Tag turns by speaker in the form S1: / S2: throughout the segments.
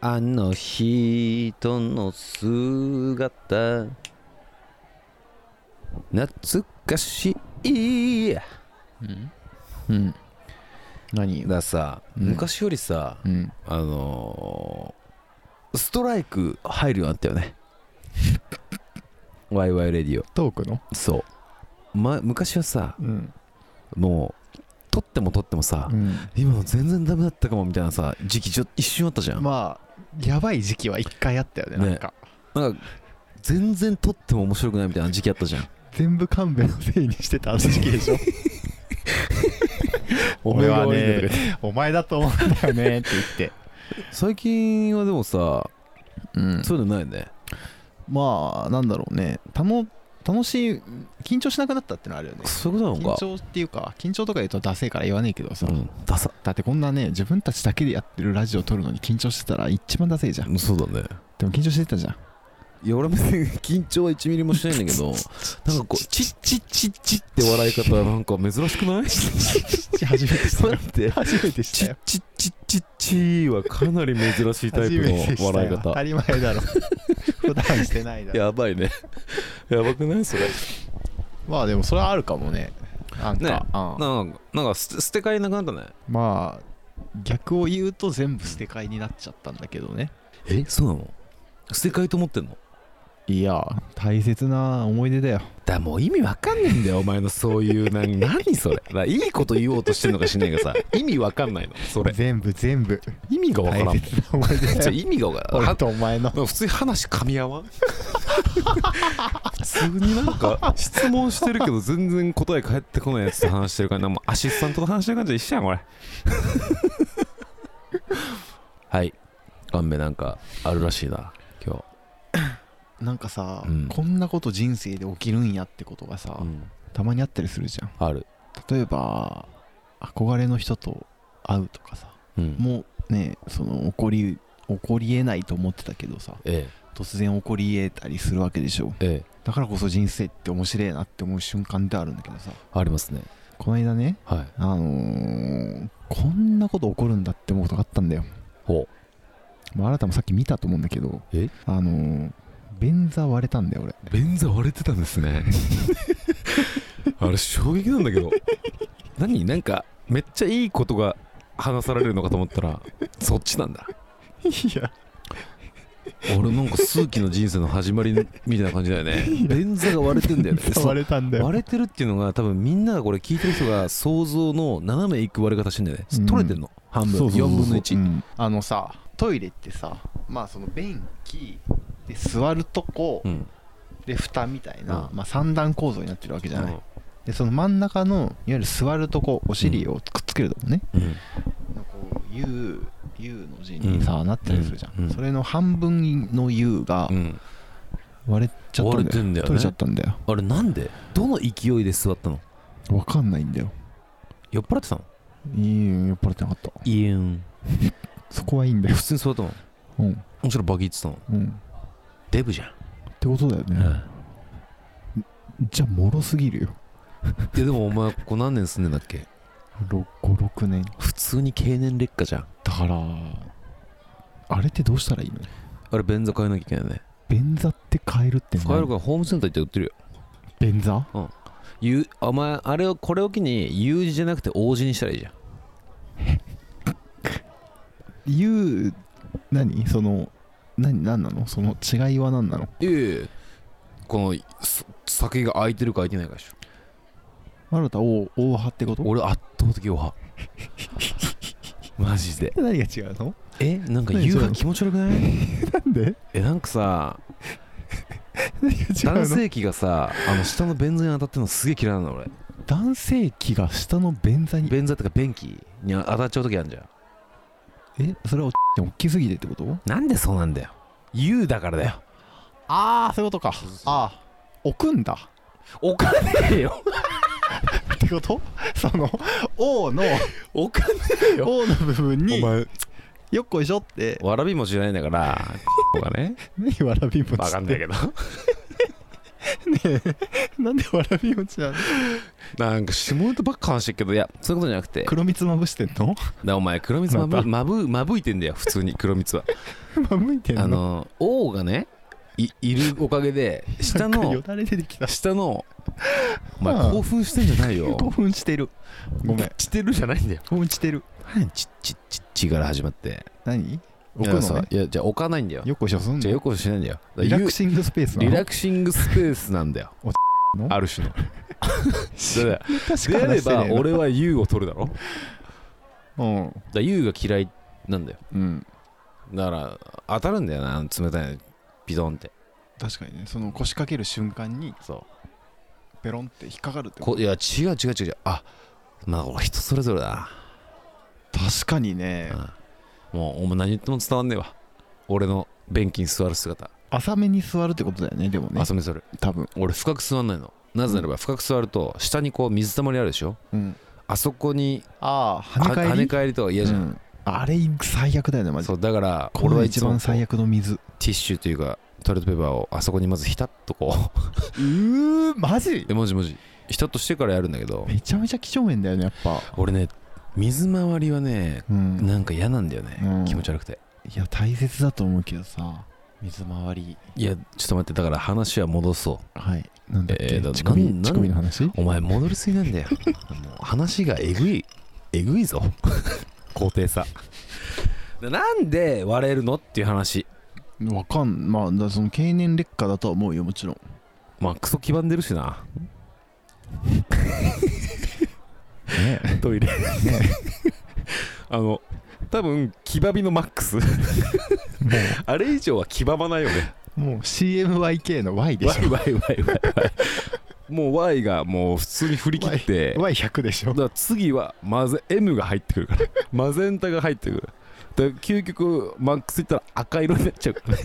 S1: あの人の姿懐かしいや
S2: うんうん何
S1: だからさ、
S2: うん
S1: 昔よりさ
S2: うん
S1: あのーストライク入るようになったよね ワイワイレディオ
S2: トークの
S1: そう、ま、昔はさ
S2: うん
S1: もう取っても取ってもさ、今の全然ダメだったかもみたいなさ時期ちょ一瞬あったじゃん、
S2: まあやばい時期は一回あったよね
S1: ね
S2: なんか
S1: なんか全然取っても面白くないみたいな時期あったじゃん
S2: 全部勘弁のせいにしてた時期でしょ俺はねお前だと思うんだよねって言って、
S1: 最近はでもさ、
S2: うん
S1: そういうのないね
S2: まあなんだろうねたの楽しい緊張しなくなったってのはあるよね
S1: そういうことな
S2: 緊
S1: のか
S2: 張っていうか緊張とか言うとダセえから言わねえけどさ、
S1: うんダサ
S2: だってこんなね自分たちだけでやってるラジオ撮るのに緊張してたら一番ダセえじゃん
S1: そうだね
S2: でも緊張してたじゃん
S1: いや俺もね 緊張は1ミリもしないんだけ どなんかこうチッチッチッチッって笑い方なんか珍しくない
S2: 初めてした
S1: そう
S2: よ
S1: やって
S2: 初めてし
S1: チ
S2: た
S1: ッ
S2: よ
S1: チッチッチッチーはかなり珍しいタイ
S2: 初
S1: プ
S2: めて
S1: の
S2: した
S1: 笑い
S2: よ当た
S1: 方
S2: り前だろ 普段してないだろ
S1: やばい ねやばくないそれ
S2: まあでもそれはあるかもねなんか、
S1: ね
S2: うん
S1: なんかなんか捨て捨て替えなくなったね
S2: まあ逆を言うと全部捨て替えになっちゃったんだけどね
S1: えそうなの捨て替えと思ってんの
S2: いや大切な思い出だよ
S1: だもう意味わかんねえんだよお前のそういうな何それだからいいこと言おうとしてんのかしないかさ意味わかんないのそれ
S2: 全部全部
S1: 意味がわからんもん
S2: 大切な思い出だ
S1: じゃ
S2: よ
S1: あ意味がわからん
S2: 俺とお前の
S1: なんか普通に話噛み合わん普通になんか質問してるけど全然答え返ってこないやつと話してる感じなんかもうアシスタントと話してる感じで一緒やんこれ はいガンベなんかあるらしいな今日
S2: なんかさ、
S1: うん
S2: こんなこと人生で起きるんやってことがさ、
S1: うん
S2: たまにあったりするじゃん
S1: ある
S2: 例えば憧れの人と会うとかさ
S1: うん
S2: もうねその起こり起こりえないと思ってたけどさ
S1: え
S2: 突然起こりえたりするわけでしょ
S1: えええ
S2: だからこそ人生って面白いなって思う瞬間ってあるんだけどさ
S1: ありますね
S2: この間ね
S1: はい
S2: あのーこんなこと起こるんだって思うことがあったんだよ、
S1: ほ
S2: まあ、あなたもさっき見たと思うんだけど
S1: え
S2: あのー便座割れたん だよ俺
S1: う便座割れてたんですねあれ衝撃なんだけど何なんかめっちゃいいことが話されるのかと思ったらそっちなんだ
S2: いや
S1: 俺なんか数奇の人生の始まりみたいな感じだよね 便座が割れてんだよね そう
S2: れたんだ
S1: 割れてるっていうのが多分みんながこれ聞いてる人が想像の斜めいく割れ方してんだよね、
S2: うん
S1: 取れてんの半分4分の1、
S2: うんあのさトイレってさまあその便器で座るとこ
S1: うん
S2: で蓋みたいな、
S1: うん
S2: まあ、三段構造になってるわけじゃない、
S1: うん
S2: でその真ん中のいわゆる座るとこお尻をくっつけるとこね、のこう U, U の字にさ、
S1: うん
S2: なってたりするじゃん、
S1: うんうん
S2: それの半分の U が
S1: うん
S2: 割れちゃったん
S1: 割れ
S2: だ
S1: て
S2: よ、
S1: んだよ
S2: 取れちゃ
S1: ね
S2: ったんだよ
S1: あれなんでどの勢いで座ったの
S2: わかんないんだよ
S1: 酔っ払ってたの
S2: いいよ酔っ払ってなかった
S1: いえん
S2: そこはいいんだよ
S1: 普通に座ったの
S2: うん
S1: もちろんバキってたの
S2: うんっ
S1: デブじゃん、
S2: てことだよね、
S1: いや
S2: じゃあもろすぎるよ
S1: でもお前ここ何年住んでんだっけ
S2: 56年
S1: 普通に経年劣化じゃん
S2: だからあれってどうしたらいいの
S1: あれ便座変えなきゃいけないね
S2: 便座って変えるって
S1: 変えるからホームセンター行って売ってるよ
S2: 便座
S1: ゆお前あれをこれを機に U 字じゃなくて O 字にしたらいいじゃん
S2: U 何その何何なのその違いは何なの
S1: ええこのそ先が空いてるか空いてないかでしょ
S2: あなた大大派ってこと
S1: 俺圧倒的お はマジで
S2: 何が違うの
S1: えなんか
S2: 何
S1: U
S2: それ
S1: が気持ち悪く ない
S2: なんで
S1: えなんかさ
S2: 何が違うの
S1: 男性器がさあの下の便座に当たってるのすげえ嫌いなの俺
S2: 男性器が下の便座に
S1: 便座ってか便器に当たっちゃう時あるじゃん
S2: えそれはおっちゃん大きすぎてってこと
S1: なんでそうなんだよ U だからだよ
S2: ああそういうことかああ置くんだ
S1: お金よ
S2: ってこと その O の
S1: お金
S2: O の部分に
S1: 前
S2: よっこいしょって
S1: わらび餅じゃないんだからとかね
S2: 何わらび餅
S1: わかんない
S2: け
S1: けど
S2: ねえなんでわらび餅なの
S1: なんか下ネタばっか話してるけどいやそういうことじゃなくて
S2: 黒蜜まぶしてんの
S1: だお前黒蜜まぶ
S2: また
S1: まぶまぶいてんだよ普通に黒蜜 は
S2: まぶいてんの
S1: あの王がねいいるおかげで下
S2: なんかよ
S1: の
S2: だれ出てきた
S1: 下のお前
S2: はあ
S1: 興奮してんじゃない よ
S2: 興奮してるごめん
S1: してるじゃないんだよ
S2: 興奮してる
S1: 何ちっちっちっちから始まって
S2: 何
S1: い
S2: 置
S1: や
S2: く
S1: そ
S2: の
S1: う
S2: ね
S1: いやじゃあ置かないんだよ
S2: よこしょすん
S1: じゃあ
S2: の
S1: よくしないんだよだから
S2: リラック
S1: ゆ
S2: シングスペースなの
S1: リラクシングスペースなんだよ
S2: おの
S1: ある 種の
S2: シ
S1: だから
S2: 確
S1: であ
S2: か
S1: れ
S2: に
S1: ば俺は U を取るだろだか
S2: うん
S1: ら U が嫌いなんだよ
S2: うん
S1: だから当たるんだよなあの冷たいのビドンって
S2: 確かにねその腰掛ける瞬間に
S1: そう
S2: ペロンって引っかかるってこ
S1: こいや違う違う違う違うあまあこれ人それぞれだ
S2: と確かにね
S1: な、うん、もうお前何言っても伝わんねえわ俺の便器に座る姿
S2: 浅めに座るってことだよねでもね
S1: 遊びする
S2: 多分
S1: 俺深く座んないのなぜならば深く座ると下にこう水たまりあるでしょ
S2: うん
S1: あそこに
S2: ああ
S1: は
S2: 跳ね返り
S1: 返りとか嫌じゃん、
S2: うんあれ最悪だよねマジ
S1: そ
S2: で
S1: うだから
S2: こ
S1: 俺
S2: れ
S1: は
S2: はい
S1: つ
S2: 一
S1: もこう
S2: 番最悪の水う
S1: ティッシュというかトイレットペーパーをあそこにまずひたっとこう
S2: ーマジ
S1: えもじもじひたっとしてからやるんだけど
S2: めちゃめちゃ几帳面だよねやっぱ
S1: 俺ね水回りはね
S2: うん
S1: なんか嫌なんだよね、
S2: うん
S1: 気持ち悪くて
S2: いや大切だと思うけどさ水回り
S1: いやちょっと待ってだから話は戻そう
S2: はいなんだっけ、
S1: えーだ
S2: 乳首
S1: なん
S2: 乳首の話
S1: お前戻りすぎなん だよもう話がえぐいえぐいぞ 高低差 ななんで割れるのっていう話
S2: わかんまあだその経年劣化だとは思うよもちろん
S1: まあクソ黄ばんでるしな
S2: ね
S1: トイレ あの多分黄ばみのマックスあれ以上は黄ばまないよね
S2: もう CMYK の Y で
S1: わ
S2: し
S1: いわいわいわいわいもう Y がもう普通に振り切って
S2: ょ Y100 でし
S1: だ
S2: ょ
S1: から次はマゼ M が入ってくるからマゼンタが入ってくるだから究極マックスいったら赤色になっちゃう からね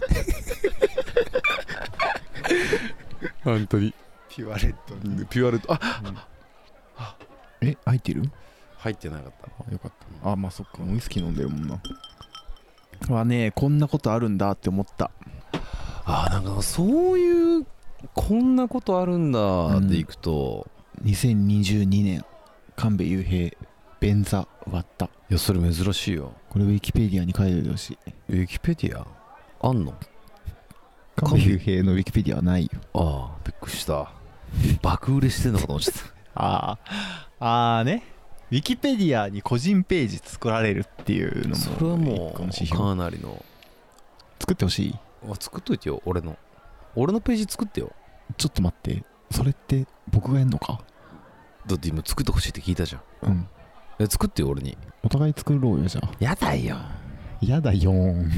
S1: 本当に
S2: ピュアレッドに
S1: ピュアルトあ
S2: え入ってる
S1: 入ってなかった
S2: あよかったあまあそっかウイスキー飲んでるもんなはねこんなことあるんだって思った
S1: あーなんかそういうこんなことあるんだっていくと、
S2: 2022年神戸雄平便座割った
S1: いやそれ珍しいよ
S2: これウィキペディアに書いておいてほしい
S1: ウィキペディアあんの神戸
S2: 神戸雄平のウィキペディアはないよ
S1: ああびっくりした爆売れしてんのかと思っちゃった
S2: ああああねウィキペディアに個人ページ作られるっていうのも
S1: それはも
S2: 一個の指
S1: う
S2: 標
S1: かなりの
S2: 作ってほしい
S1: あ作っといてよ俺の俺のページ作ってよ
S2: ちょっと待ってそれって僕がやんのか
S1: だって今作ってほしいって聞いたじゃん
S2: うん
S1: え作ってよ俺に
S2: お互い作ろうよじゃあ
S1: やだよ
S2: やだよ ーん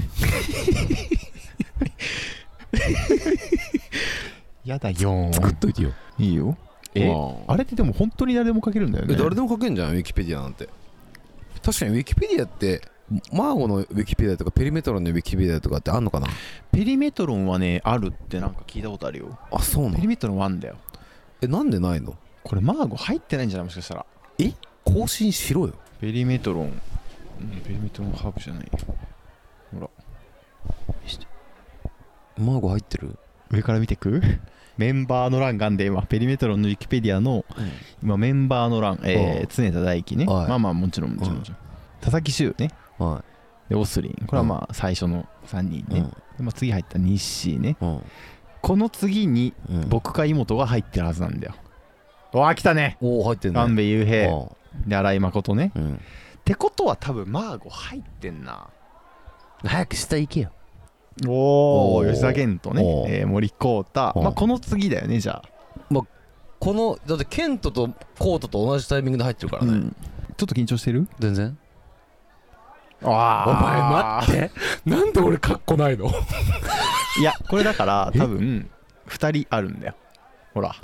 S2: やだよー
S1: 作っ
S2: ん
S1: といてよ
S2: いいよ
S1: え
S2: あれってでも本当に誰でも書けるんだよね
S1: 誰でも書けんじゃんウィキペディアなんて確かにウィキペディアってマーゴのウィキペディアとかペリメトロンのウィキペディアとかってあんのかな
S2: ペリメトロンはねあるってなんか聞いたことあるよ
S1: あそうな
S2: ペ
S1: の
S2: リメトロンはあんだよ
S1: えなんでないの
S2: これマーゴ入ってないんじゃないもしかしたら
S1: 更新しろよ
S2: ペリメトロン、うん、ペリメトロンハーブじゃない
S1: マーゴ入ってる
S2: 上から見てくメンバーの欄があんで今ペリメトロンのウィキペディアの、
S1: うん
S2: 今メンバーの欄、えー常田大輝ね、
S1: はい
S2: まあまあもちろんもちろん、
S1: うん
S2: もちろん佐々木修ね
S1: は
S2: でオスリンこれはまあ最初の3人
S1: い
S2: ね、でまあ、次入った日誌ね
S1: うん
S2: この次に
S1: うん
S2: 僕か妹が入ってるはずなんだよわあ来たね
S1: おお入ってん
S2: 安
S1: ね
S2: 部雄平
S1: あ
S2: で新井誠ね
S1: あうん
S2: ってことは多分マーゴ入ってんな
S1: 早く下行けよ
S2: お
S1: ー
S2: 吉田玄とね
S1: お、ー
S2: えー森浩太、
S1: うん
S2: まあ、この次だよねじゃあ
S1: このだってケントとコートと同じタイミングで入ってるからね、
S2: うんちょっと緊張してる
S1: 全然
S2: あ
S1: お前待ってなんで俺カッコないの
S2: っていやこれだから
S1: え
S2: 多分2人あるんだよほらは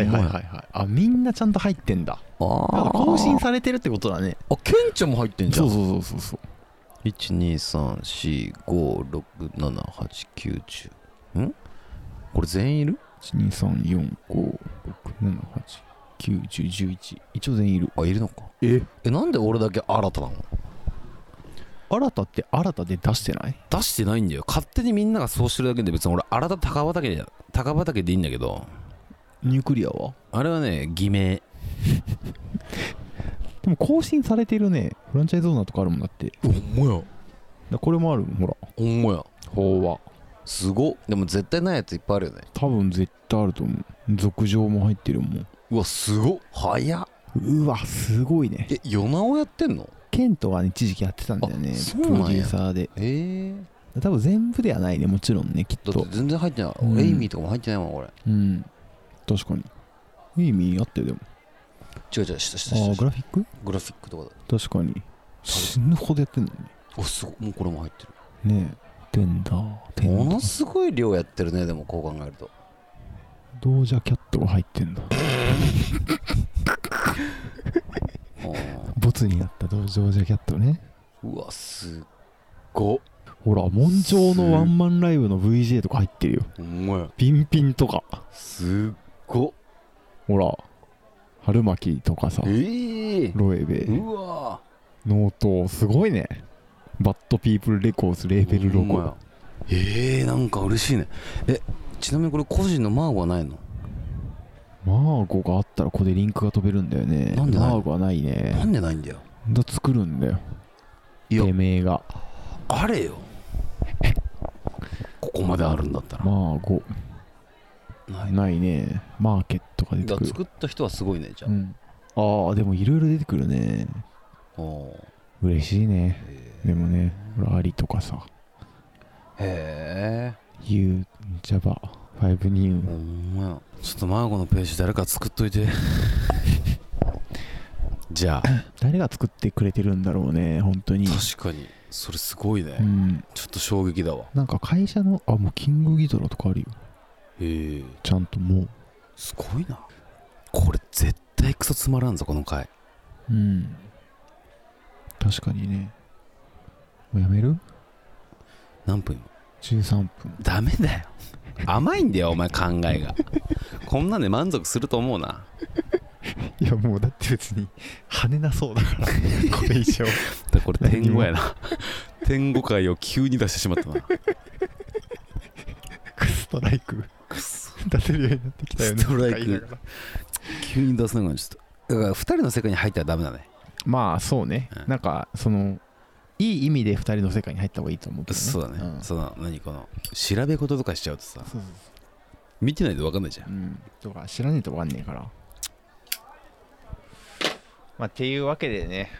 S2: いはいはいはいあみんなちゃんと入ってんだだから
S1: あ
S2: 更新されてるってことだね
S1: あケンちゃんも入ってんじゃ
S2: そうんそうそうそう
S1: 12345678910んこれ全員いる
S2: 1234567891011一応全員いる
S1: あいるのか
S2: え
S1: えなんで俺だけ新たなの
S2: 新たって新たで出してない
S1: 出してないんだよ勝手にみんながそうしてるだけで別に俺新田高畑で高畑でいいんだけど
S2: ニュークリアは
S1: あれはね偽名
S2: でも更新されてるねフランチャイズオーナーとかあるもんだって
S1: ほんまや
S2: だこれもあるもんほら
S1: ほんまや
S2: 法は
S1: すごっでも絶対ないやついっぱいあるよね
S2: 多分絶対あると思う続上も入ってるもん
S1: うわすごっ早っ
S2: うわすごいね
S1: え夜なおやってんの
S2: ケントがね一時期やってたんだよね
S1: あそ
S2: プ
S1: うなんや
S2: ロデューサーで
S1: ええ
S2: 多分全部ではないねもちろんねきっ
S1: だっ
S2: と
S1: て全然入ってない、
S2: うん
S1: エイミーとかも入ってないもん俺
S2: うん確かにいい意味あってでも
S1: 違う違うしたした
S2: あ
S1: し
S2: あ
S1: た
S2: グラフィック
S1: グラフィックとかだ
S2: 確かに死ぬほどやってんの
S1: おすごいもうこれも入ってる
S2: にねねえテンダーテ
S1: も
S2: ンダ
S1: の
S2: ー
S1: すごい量やってるねでもこう考えると
S2: ドージャキャットが入ってんだ
S1: うん
S2: ボツになったドージャキャットね
S1: うわすっごっ
S2: ほら門上のワンマンライブの VJ とか入ってるよ
S1: ほんまや
S2: ピンピンとか
S1: すっごっ
S2: ほら春巻きとかさ
S1: ええ
S2: ロエベ
S1: うわ
S2: ノートすごいねバッドピープルレコーズレーベルロ
S1: ほんま
S2: ゴ
S1: やええなんか嬉しいねえちなみにこれ個人のマーゴはないの
S2: マーゴがあったらここでリンクが飛べるんだよね
S1: なんでない
S2: マーゴはない
S1: な
S2: ね
S1: んでないんだよ
S2: だ作るんだよ
S1: いや
S2: てめえが
S1: あれよここまであるんだったら
S2: マーゴ
S1: ない
S2: ないねマーケットが出て
S1: だ
S2: くる
S1: 作った人はすごいねじゃあ、
S2: うん、ああでもいろいろ出てくるね
S1: おー
S2: 嬉しいね
S1: へ
S2: でもねほらアリとかさ
S1: え
S2: U Java 5
S1: へえほ
S2: New
S1: んまやちょっとマーゴのページ誰か作っといて じゃあ
S2: 誰が作ってくれてるんだろうね本当に
S1: 確かにそれすごいね、
S2: うん
S1: ちょっと衝撃だわ
S2: なんか会社のあもうキングギドラとかあるよ
S1: へえ
S2: ちゃんとも
S1: すごいなこれ絶対クソつまらんぞこの回
S2: ううん確かにねもうやめる
S1: 何分
S2: ?13 分
S1: ダメだよ甘いんだよお前考えがこんなんで満足すると思うない
S2: やもうだって別に跳ねなそうだから これ以上
S1: だこれ天狗や な天狗界を急に出してしまったな
S2: ストライク出せるようになってき
S1: たよねストライクとか言いなが急に出せなくなっちゃっただから2人の世界に入ったらダメだね
S2: まあそうね、
S1: うん
S2: なんかそのいい意味で2人の世界に入った方がいいと思うけど、ね、
S1: そうだね、
S2: んそう
S1: その何この調べ事とかしちゃうとさ
S2: そう
S1: 見てないと分かんないじゃん
S2: そう、うん、とか知らねえとわかんねえからまあっていうわけでね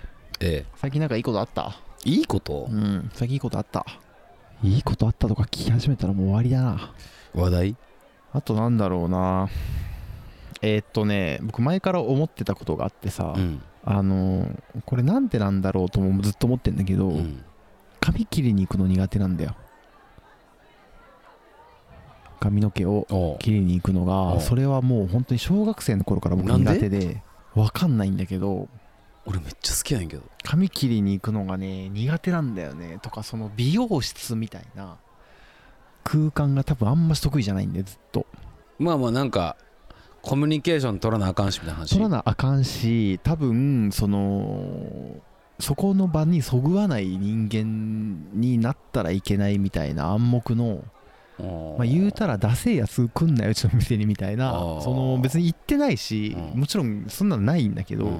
S1: え
S2: 最近なんかいいことあった
S1: えいいこと、
S2: ん最近いいことあったいいことあったとか聞き始めたらもう終わりだな
S1: 話題
S2: あとなんだろうなえーっとね僕前から思ってたことがあってさ、
S1: うん、
S2: あのーこれなんてなんだろうともずっと思ってんだけど、
S1: うん、
S2: 髪切りに行くの苦手なんだよ髪の毛を
S1: おう
S2: 切りに行くの
S1: うん
S2: がそれはもう本当に小学生の頃から僕
S1: なんで
S2: 苦手で分かんないんだけど
S1: 俺めっちゃ好きやねんけど
S2: 髪切りに行くのがね苦手なんだよねとかその美容室みたいな空間が多分あんまし得意じゃないんでずっと
S1: まあまあなんかコミュニケーション取らなあかんしみたいな話
S2: 取らなあかんし多分そのそこの場にそぐわない人間になったらいけないみたいな暗黙の
S1: おう
S2: まあ、言うたらダセえやつ来んなようちの店にみたいな
S1: あー
S2: その別に言ってないし、
S1: うん
S2: もちろんそんなのないんだけど、
S1: うん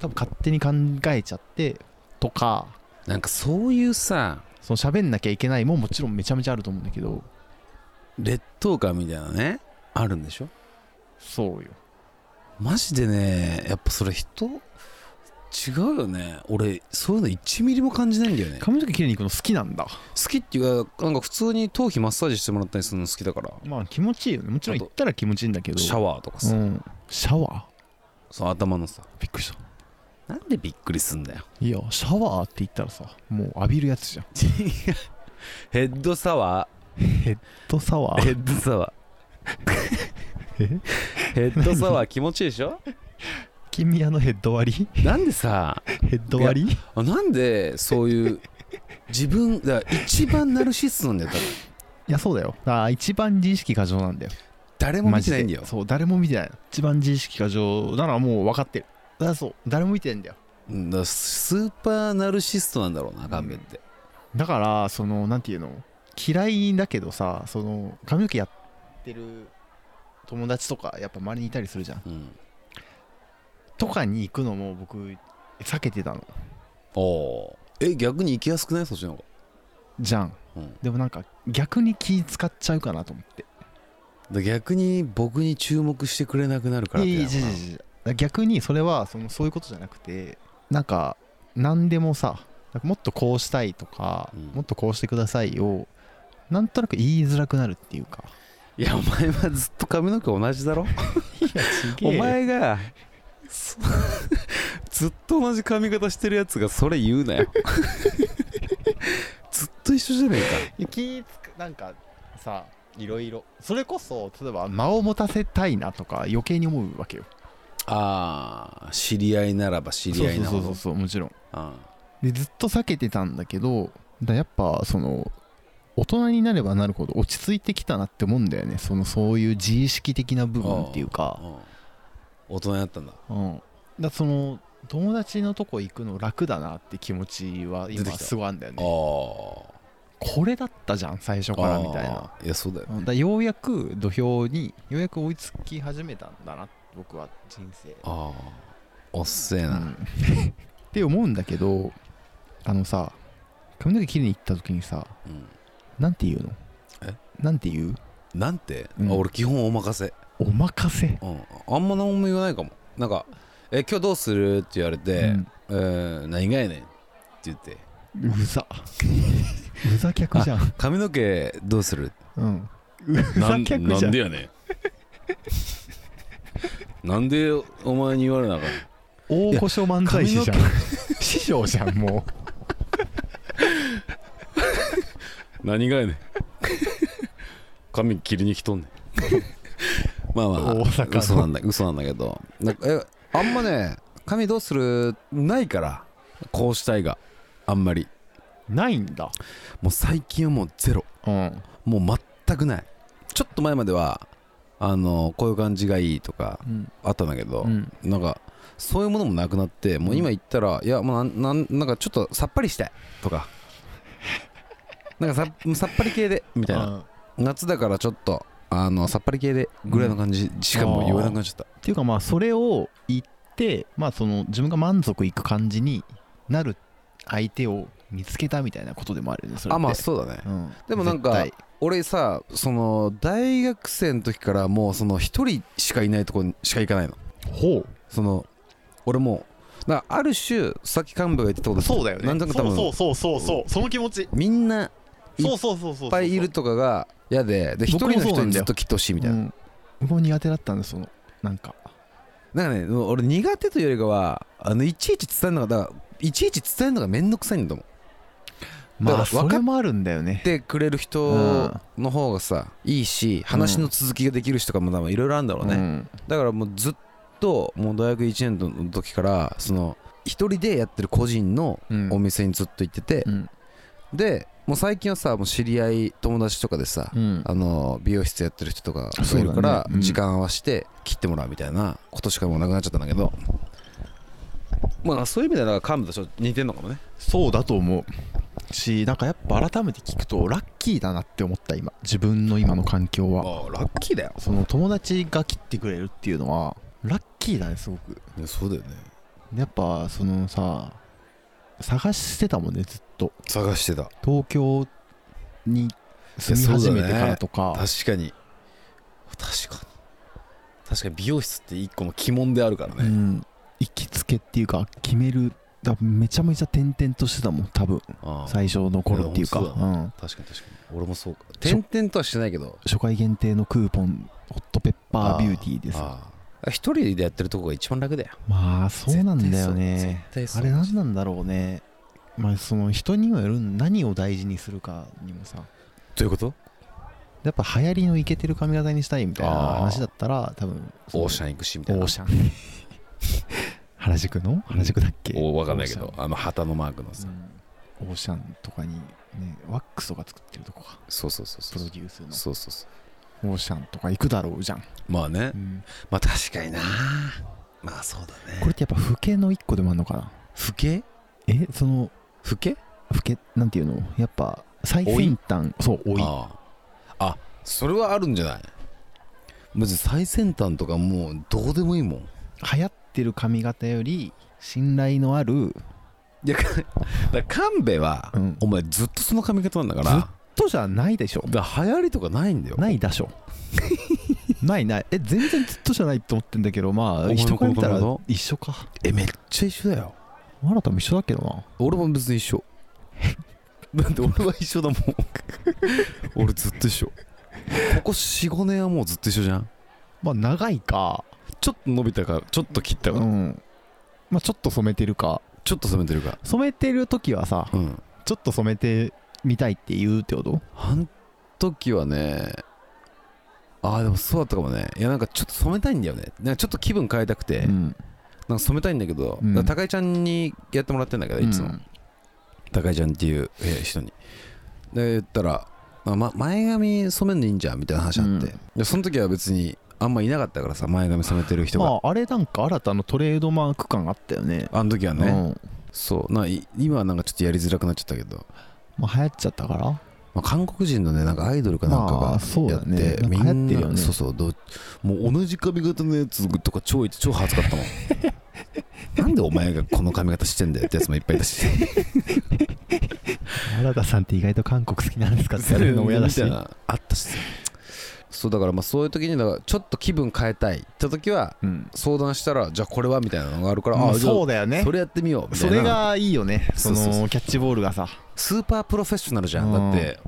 S2: 多分勝手に考えちゃってとか
S1: なんかそういうさ
S2: その喋んなきゃいけないももちろんめちゃめちゃあると思うんだけど
S1: 劣等感みたいなねあるんでしょ
S2: そうよ
S1: マジでねやっぱそれ人違うよね俺そういうの1ミリも感じないんだよね好
S2: 髪の毛切りに行くの好きなんだ
S1: きっていうかなんか普通に頭皮マッサージしてもらったりするの好きだから
S2: まあ気持ちいいよねもちろん
S1: あと
S2: 行ったら気持ちいいんだけど
S1: シャワーとかさ、
S2: うん、シャワ
S1: その頭のさ
S2: ーびっくりした
S1: なんでびっくりすんだよ
S2: いやシャワーって言ったらさもう浴びるやつじゃん
S1: ヘッドサワ
S2: とサワ
S1: ーヘ
S2: ー
S1: ッドサワーヘッドサワー気持ちいいでしょ
S2: 君あのヘッド割 り
S1: なんでさ
S2: ヘッド割り
S1: あなんでそういう自分だから一番ナルシストなんだよ多分
S2: いやそうだよだから一番自意識過剰なんだよ
S1: 誰も見てないんだよ
S2: マジでそう誰も見てない一番自意識過剰なのはもう分かってるだからそう誰も見てないんだよ
S1: うんだからスーパーナルシストなんだろうな神戸って、
S2: だからそのなんていうの嫌いだけどさその髪の毛やってる友達とかやっぱ周りにいたりするじゃん
S1: うん
S2: とかに行くのも僕避けてたの
S1: おおーえ逆に行きやすくないそっちの方が、
S2: じゃん
S1: うん、
S2: でもなんか逆に気使っちゃうかなと思って
S1: だ逆に僕に注目してくれなくなるからっ
S2: い
S1: て
S2: やい
S1: な
S2: や
S1: のかな
S2: 違う違う違うだから逆にそれはそのそういうことじゃなくてなんか何でもさなんかもっとこうしたいとか、
S1: うん
S2: もっとこうしてくださいをなんとなく言いづらくなるっていうか
S1: いやお前はずっと髪の毛同じだろ
S2: いやす
S1: お前 がそずっと同じ髪型してるやつがそれ言うな よずっと一緒じゃねえか
S2: 気つくなんかさいろいろそれこそ例えば間を持たせたいなとか余計に思うわけよ
S1: ああ知り合いならば知り合いな
S2: そ
S1: ほ
S2: うそう
S1: ど
S2: そうそうもちろん
S1: あ
S2: でずっと避けてたんだけどだやっぱその大人になればなるほど落ち着いてきたなって思うんだよねそのそういう自意識的な部分っていう
S1: あ
S2: か,、
S1: うん大人になったんだ
S2: うん、だその友達のとこ行くの楽だなって気持ちは
S1: 出
S2: 今
S1: てきた
S2: すごいあんだよ
S1: あ
S2: ね
S1: ー
S2: これだったじゃん最初
S1: あ
S2: からみたいな
S1: ーいやそうだよ
S2: うんだようやく土俵にようやく追いつき始めたんだな僕は人生
S1: ああおっせえ
S2: う
S1: な、
S2: んって思うんだけどあのさ髪の毛切りに行った時にさ
S1: うん
S2: なんて言うの
S1: え
S2: なんて言う
S1: なんて、
S2: うん
S1: あ俺基本お任せ、
S2: お任せ
S1: うん、あんま何も言わないかもなんか「え今日どうする?」って言われて
S2: うん
S1: 「えー何がやねん」って言って
S2: うざ うざ客じゃん
S1: 「髪の毛どうする?
S2: うんう
S1: な
S2: ざ
S1: ん」
S2: 客
S1: な
S2: じゃ
S1: ん
S2: ん
S1: でやねん なんでお前に言われなあかんの
S2: 大御所漫才師じゃん師匠じゃんも
S1: 何がやねん髪切りに来とんねん まあまあ
S2: 大阪の
S1: 嘘なんだ嘘なんだけどなんかえあんまね髪どうするないからこうしたいがあんまり
S2: うないんだ
S1: もう最近はもうゼロ
S2: うん
S1: もう全くないちょっと前まではあのこういう感じがいいとか
S2: うん
S1: あったんだけど
S2: う、ん
S1: なんかそういうものもなくなってもう今言ったら、いやもうなんなんなんかちょっとさっぱりしたいと かなんかささっぱり系でみたいな
S2: うんっ
S1: 夏だからちょっとあのさっぱり系でぐらいの感じしかもう言わなくなっちゃった、
S2: ていうかまあそれを言ってまあその自分が満足いく感じになる相手を見つけたみたいなことでもあるよねそれって
S1: あまあそうだね
S2: うん
S1: でもなんか
S2: 絶
S1: 俺さその大学生の時からもうその一人しかいないとこにしか行かないの
S2: 対ほ
S1: その俺もうだからある種さっき幹部が言ってたこ
S2: う
S1: と
S2: そうだよね
S1: なんとなく多分
S2: そうそうそうそうそうその気持ち
S1: みんないっ
S2: そうそうそうそうそうい
S1: ぱいいるとかが嫌でで一
S2: 僕
S1: 人の
S2: もそうな
S1: 人
S2: ん
S1: に
S2: だ
S1: ず
S2: よ
S1: っと切ってほしいみたいな
S2: うん、僕も苦手だったんですそのなんか
S1: なんかねもう俺苦手というよりかはあのいちいち伝えるのがだからいちいち伝えるのがめんどくさいんだもんだ
S2: ま
S1: から
S2: あそ
S1: 分か
S2: れ
S1: っ
S2: もあるんだよね
S1: ってくれる人の方がさいいし話の続きができる人とかも多分いろいろあるんだろうね、
S2: うん
S1: だからもうずっともう大学1年の時からその一人でやってる個人の
S2: うん
S1: お店にずっと行ってて
S2: う、ん
S1: でもう最近はさもう知り合い友達とかでさ、
S2: うん
S1: あの美容室やってる人とかが
S2: そうだ
S1: い
S2: ね
S1: るから、
S2: うん
S1: 時間合わせて切ってもらうみたいなことしかもうなくなっちゃったんだけどまあそういう意味ではなんか幹部とちょっと似てんのかもね
S2: そうだと思うしなんかやっぱ改めて聞くとラッキーだなって思った今自分の今の環境は
S1: ああラッキーだよ
S2: その友達が切ってくれるっていうのはラッキーだねすごく
S1: そうだよね
S2: やっぱそのさ探してたもんねずっと
S1: 探してた
S2: 東京に住み始めてからとか、
S1: 確かに確かに確かに美容室って一個の鬼門であるから
S2: う
S1: ね、
S2: ん、行きつけっていうか決めるだめちゃめちゃ転々としてたもん多分
S1: ああ
S2: 最初の頃っていうか
S1: いや本当
S2: うん、
S1: 確かに確かに俺もそうか転々とはしてないけど
S2: 初回限定のクーポンホットペッパービューティーです
S1: ああ一人でやってるとこが一番楽だよ
S2: まあそうなんだよね
S1: 絶対そ
S2: あ
S1: う
S2: れ何なんだろうねまあその人にもよる何を大事にするかにもさ
S1: どういうこと
S2: やっぱ流行りのイケてる髪型にしたいみたいな話だったら多分
S1: オーシ
S2: ャ
S1: ャン行くしみたいな
S2: オーシャン原宿の原宿だっけ
S1: お分かんないけ
S2: オ
S1: ど
S2: ーシャン
S1: あの旗のマークのさ、
S2: うんオーシャンとかにねワックスとか作ってるとこか
S1: そうそうそう
S2: プ
S1: そ
S2: ロデ
S1: う
S2: ュースの
S1: そうそうそう
S2: オーシャンとか行くだろうじゃん、
S1: まあね
S2: うん
S1: まあ確かになまあそうだね
S2: これってやっぱ老けの一個でもあるのかな
S1: 不景
S2: えその
S1: 不景
S2: ふけなんていうのやっぱ最先端そう老い
S1: あああそれはあるんじゃない別に最先端とかもうどうでもいいもん
S2: 流行ってる髪型より信頼のある
S1: いやか だから神戸は、
S2: うん
S1: お前ずっとその髪型なんだから
S2: ずっとじゃないでしょ
S1: だから流行りとかないんだよ
S2: ないだ しょないないえ全然ずっとじゃないと思ってんだけどま
S1: お
S2: あ
S1: 前の
S2: 人から見たら
S1: この
S2: 一緒か
S1: えめっちゃ一緒だよ
S2: 新たも一緒だけどな
S1: 俺も別に一緒 だって俺は一緒だもん 俺ずっと一緒ここ45年はもうずっと一緒じゃん
S2: まあ長いか
S1: ちょっと伸びたかちょっと切ったか、
S2: うんまあちょっと染めてるか
S1: ちょっと攻めてるか
S2: 染めてる時はさ
S1: うん
S2: ちょっと染めてみたいって言うってこと
S1: あん時はねああでもそうだったかもねいやなんかちょっと染めたいんだよねなんかちょっと気分変えたくて、
S2: うん
S1: なんか染めたいんだけど、
S2: うん
S1: だから高井ちゃんにやってもらってんだけどいつも、
S2: うん
S1: 高井ちゃんっていうえー人にで言ったら、あま、前髪染めんのいいんじゃんみたいな話あって、
S2: うん
S1: でその時は別にあんまいなかったからさ前髪染めてる人が
S2: まああれなんか新たなトレードマーク感あったよね
S1: あの時は
S2: う
S1: ね、
S2: ん
S1: そうなんかい今はなんかちょっとやりづらくなっちゃったけど、
S2: まあ流行っちゃったから
S1: まあ、韓国人のねなんかアイドルかなんか
S2: まあそう
S1: がや
S2: だ
S1: って、
S2: ね
S1: みんなん
S2: なか流行ってるよね
S1: そうそうどうもう同じ髪型のやつとか超いて超恥ずかったもん なんでお前がこの髪型してんだよってやつもいっぱいいたし
S2: 新田さんって意外と韓国好きなんですかって言われるのも 嫌だし
S1: みたいなあったしさそうだからまあそういう時にだからちょっと気分変えたいって時は
S2: うん
S1: 相談したらじゃあこれはみたいなのがあるから、
S2: ま
S1: あ
S2: あ
S1: じゃあ
S2: そうだよね
S1: それやってみようみた
S2: そ
S1: いな
S2: れがいいよね
S1: そ
S2: そ
S1: うそうそ
S2: のキャッチボールがさ
S1: スーパープロフェッショナルじゃん
S2: うん
S1: だって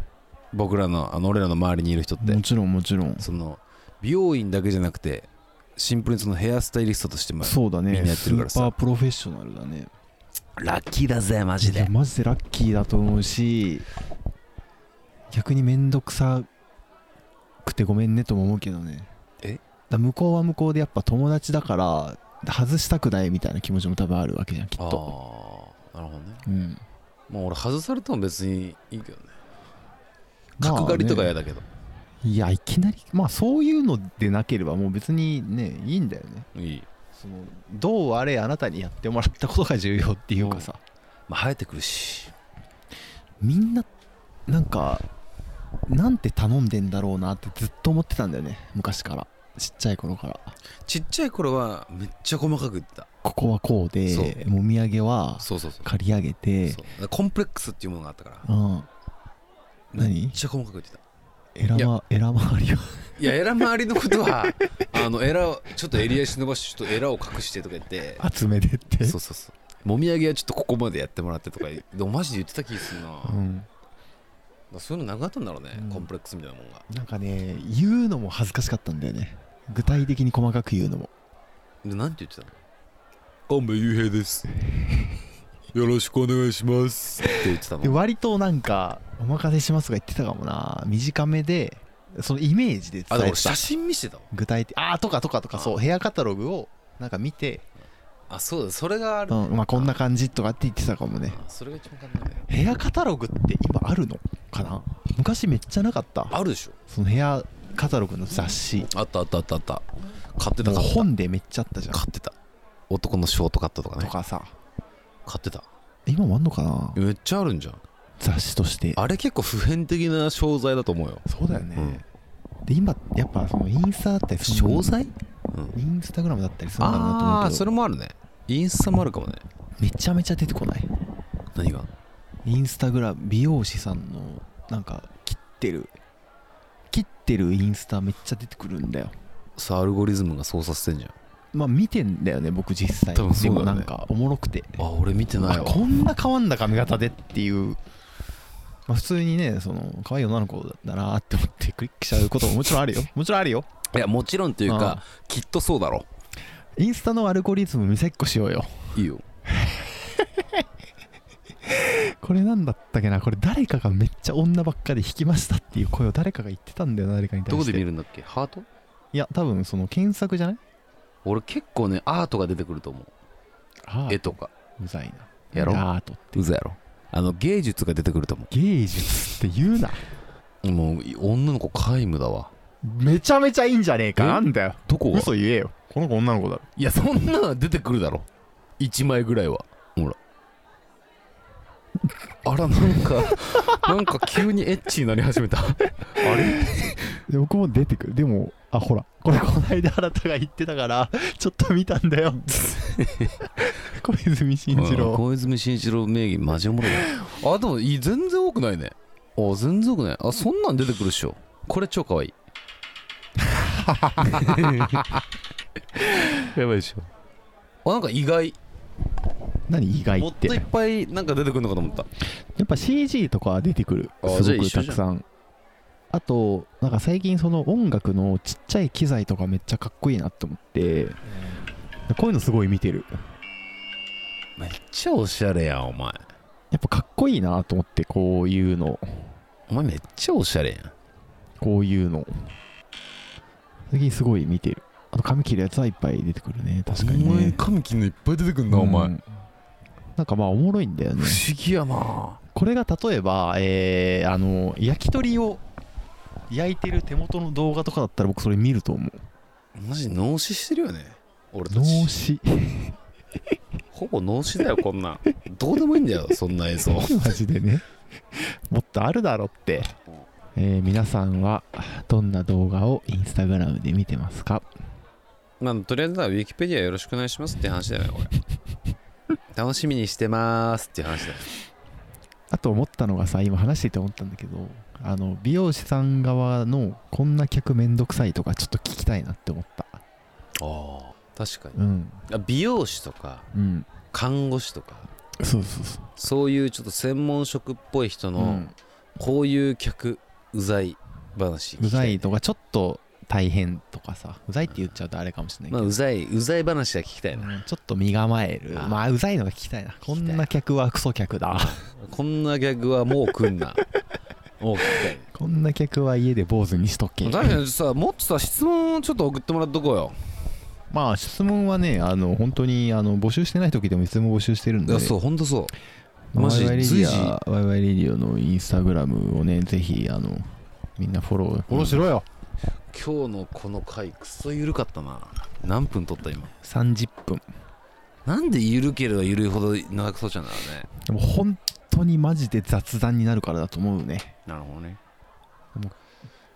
S1: 僕らのあの俺らの周りにいる人って
S2: もちろんもちろん
S1: その美容院だけじゃなくてシンプルにそのヘアスタイリストとしても
S2: そうだ
S1: みん
S2: ね
S1: なやって
S2: ス
S1: るから
S2: ー
S1: さ
S2: パープロフェッショナルだね
S1: ラッキーだぜマジ
S2: い
S1: で
S2: やマジでラッキーだと思うし逆に面倒くさくてごめんねとも思うけどね
S1: え
S2: だ向こうは向こうでやっぱ友達だから外したくないみたいな気持ちも多分あるわけじゃんきっ
S1: ああ
S2: と
S1: なるほどね
S2: うん
S1: まあ俺外されても別にいいけどね
S2: まあね
S1: 角刈りとか嫌だけど、
S2: いやいきなりまあそういうのでなければもう別にねいいんだよね
S1: いい
S2: そのどうあれあなたにやってもらったことが重要っていうかさ
S1: まあ生えてくるし
S2: みんななんかなんて頼んでんだろうなってずっと思ってたんだよね昔からちっちゃい頃から
S1: ちっちゃい頃はめっちゃ細かく言ってた
S2: ここはこう
S1: そ
S2: で
S1: う
S2: もみあげは
S1: そうそうそう
S2: 刈り上げて
S1: そうだからコンプレックスっていうものがあったから
S2: うん何
S1: めっちゃ細かく言ってた
S2: エラまエラ周 りはい
S1: やエラ周りのこと はあのエラをちょっと襟足伸ばしてちょっとエラを隠してとか言って
S2: 集めてって
S1: そうそうそうもみあげはちょっとここまでやってもらってとかでもマジで言ってた気がするな、だ
S2: う
S1: か
S2: ん
S1: らそういうのなかったんだろうね、
S2: うん
S1: コンプレックスみたいなもんが
S2: なんかね言うのも恥ずかしかったんだよね具体的に細かく言うのも
S1: でなんて言ってたの神戸雄平 ですよろしくお願いしますって言ってた
S2: で
S1: の
S2: 割となんか「お任せします」が言ってたかもな短めでそのイメージで
S1: あでも
S2: 伝え
S1: 俺
S2: てた
S1: 写真見せてたわ
S2: 具体的ああとかとかとかそうヘアカタログをなんか見て、
S1: あそうだそれがある、
S2: う
S1: あ
S2: んまあ、こんな感じとかって言ってたかもね
S1: それが一番簡単だよ
S2: ヘアカタログって今あるのかな昔めっちゃなかった
S1: あるでしょ
S2: そのヘアカタログの雑誌
S1: あったあったあったあった買ってた
S2: もう
S1: 買ってた
S2: 本でめっちゃあったじゃん
S1: 買ってた男のショートカットとか
S2: と
S1: ね
S2: かさ
S1: 買ってた
S2: 今もあんのかな
S1: めっちゃあるんじゃん
S2: 雑誌として
S1: あれ結構普遍的な商材だと思うよ
S2: そうだよね、で今やっぱそのインスタだったりするの
S1: 材うん
S2: インスタグラムだったりするんだろうなと思
S1: あ
S2: う
S1: あ
S2: け
S1: そ
S2: ど
S1: れもあるねインスタもあるかもね
S2: めちゃめちゃ出てこない
S1: 何が
S2: インスタグラム美容師さんのなんか切ってる切ってるインスタめっちゃ出てくるんだよ
S1: さアルゴリズムが操作してんじゃん
S2: まあ見てんだよね僕実際
S1: 多分そうだよね
S2: でもなんかおもろくて
S1: あ俺見てない
S2: あ
S1: わ
S2: こんな変わんだ髪型でっていう、まあ、普通にねその可愛い女の子だなって思ってクリックしちゃうことももちろんある よもちろんあるよ
S1: いやもちろんという
S2: あ
S1: かきっとそうだろ
S2: インスタのアルゴリズム見せっこしようよ
S1: いいよ
S2: これなんだったっけなこれ誰かがめっちゃ女ばっかで弾きましたっていう声を誰かが言ってたんだよな誰かに対して
S1: どこで見るんだっけハート
S2: いや多分その検索じゃない
S1: 俺結構ねアートが出てくると思う
S2: あ
S1: 絵とか
S2: うざいな
S1: やろ
S2: アートって
S1: うざやろあの芸術が出てくると思
S2: 芸術って言うな
S1: うもう女の子皆無だわ
S2: めちゃめちゃいいんじゃねえか
S1: え
S2: なんだよ
S1: どこが
S2: 嘘言えよこの子女の子だろ
S1: いやそんなの出てくるだろ1枚ぐらいはほらあらなんかなんか急にエッチになり 始めたあれ
S2: で僕も出てくるでもあほらこれこないだ新が言ってたから ちょっと見たんだよ 小泉進次
S1: うん
S2: 郎
S1: 小泉進次郎名義マジおもろい なあでもいい全然多くないねあ全然多くないあそんなん出てくるっしょこれ超かわいい やばいでしょあなんか意外
S2: 何意外
S1: も
S2: っ
S1: っといっ
S2: てや
S1: ぱいなんか出てくるのかと思った
S2: っぱ CG とかは出てくる
S1: あ
S2: す
S1: じゃあ
S2: ごく
S1: 一緒
S2: た
S1: じゃん
S2: くさんあとなんか最近その音楽のちっちゃい機材とかめっちゃかっこいいなって思ってこういうのすごい見てる
S1: めっちゃおしゃれやんお前
S2: やっぱかっこいいなと思ってこういうの
S1: お前めっちゃおしゃれやん
S2: こういうの最近すごい見てるあと髪切るやつはいっぱい出てくるね確かに
S1: お前
S2: ね
S1: 髪切るのいっぱい出てくんな、お
S2: う
S1: 前
S2: んなんかまあおもろいんだよね
S1: 不思議やな
S2: これが例えば、えーあの焼き鳥を焼いてる手元の動画とかだったら僕それ見ると思う
S1: マジ脳死してるよね俺た
S2: 脳
S1: ち
S2: 死
S1: ほぼ脳死だよこんなんどうでもいいんだよそんな映 像
S2: マジでねもっとあるだろって、えー皆さんはどんな動画をインスタグラムで見てますか
S1: まあとりあえずはウィキペディアよろしくお願いしますって話だよねこれ楽しみにしてますっていう話だよ
S2: あと思ったのがさ今話してて思ったんだけどあの美容師さん側のこんな客めんどくさいとかちょっと聞きたいなって思った
S1: あ確かに
S2: うん
S1: あ美容師とか
S2: うん
S1: 看護師とか
S2: そうそうそう
S1: そういうちょっと専門職っぽい人
S2: う
S1: の
S2: ん
S1: こういう客うざい話聞
S2: う
S1: きた
S2: ざ
S1: ね
S2: いとかちょっと大変とかさうざいって言っちゃうとあれかもしれないけ
S1: まあ
S2: ど、
S1: うざいうざい話は聞きたいな
S2: うんちょっと身構える
S1: あー
S2: まあうざいのが聞きたいなこんな客はクソ客だ
S1: こんなギャグはもう来んな もう聞きたい
S2: こんな客は家で坊主にしとけ
S1: 確かにさもっとさ質問をちょっと送ってもらっとこうよ
S2: まあ質問はねあの本当にあの募集してない時でもいつでも募集してるん
S1: い
S2: で
S1: やそうほんとそう
S2: まあ
S1: マジ
S2: ワイワイレデ
S1: 随時
S2: ィアワイワイレディオのインスタグラムをねぜひあのみんなフォローフォローしろよ、
S1: 今日のこの回クソ緩かったな何分撮った今
S2: 30分
S1: なんで緩ければ緩いほど長くそうちゃうんだろうね
S2: でも本当にマジで雑談になるからだと思うね
S1: なるほどね
S2: でも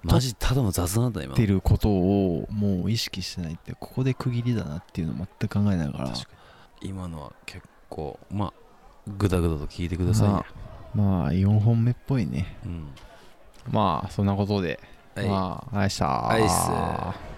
S1: マジただの雑なんだ今
S2: やってることをもう意識してないってここで区切りだなっていうのを全く考えながら
S1: 確かに今のは結構まあグダグダと聞いてくださいね
S2: まあまあ4本目っぽいね
S1: うん
S2: まあそんなことで、
S1: はい
S2: まあ愛した
S1: はいっす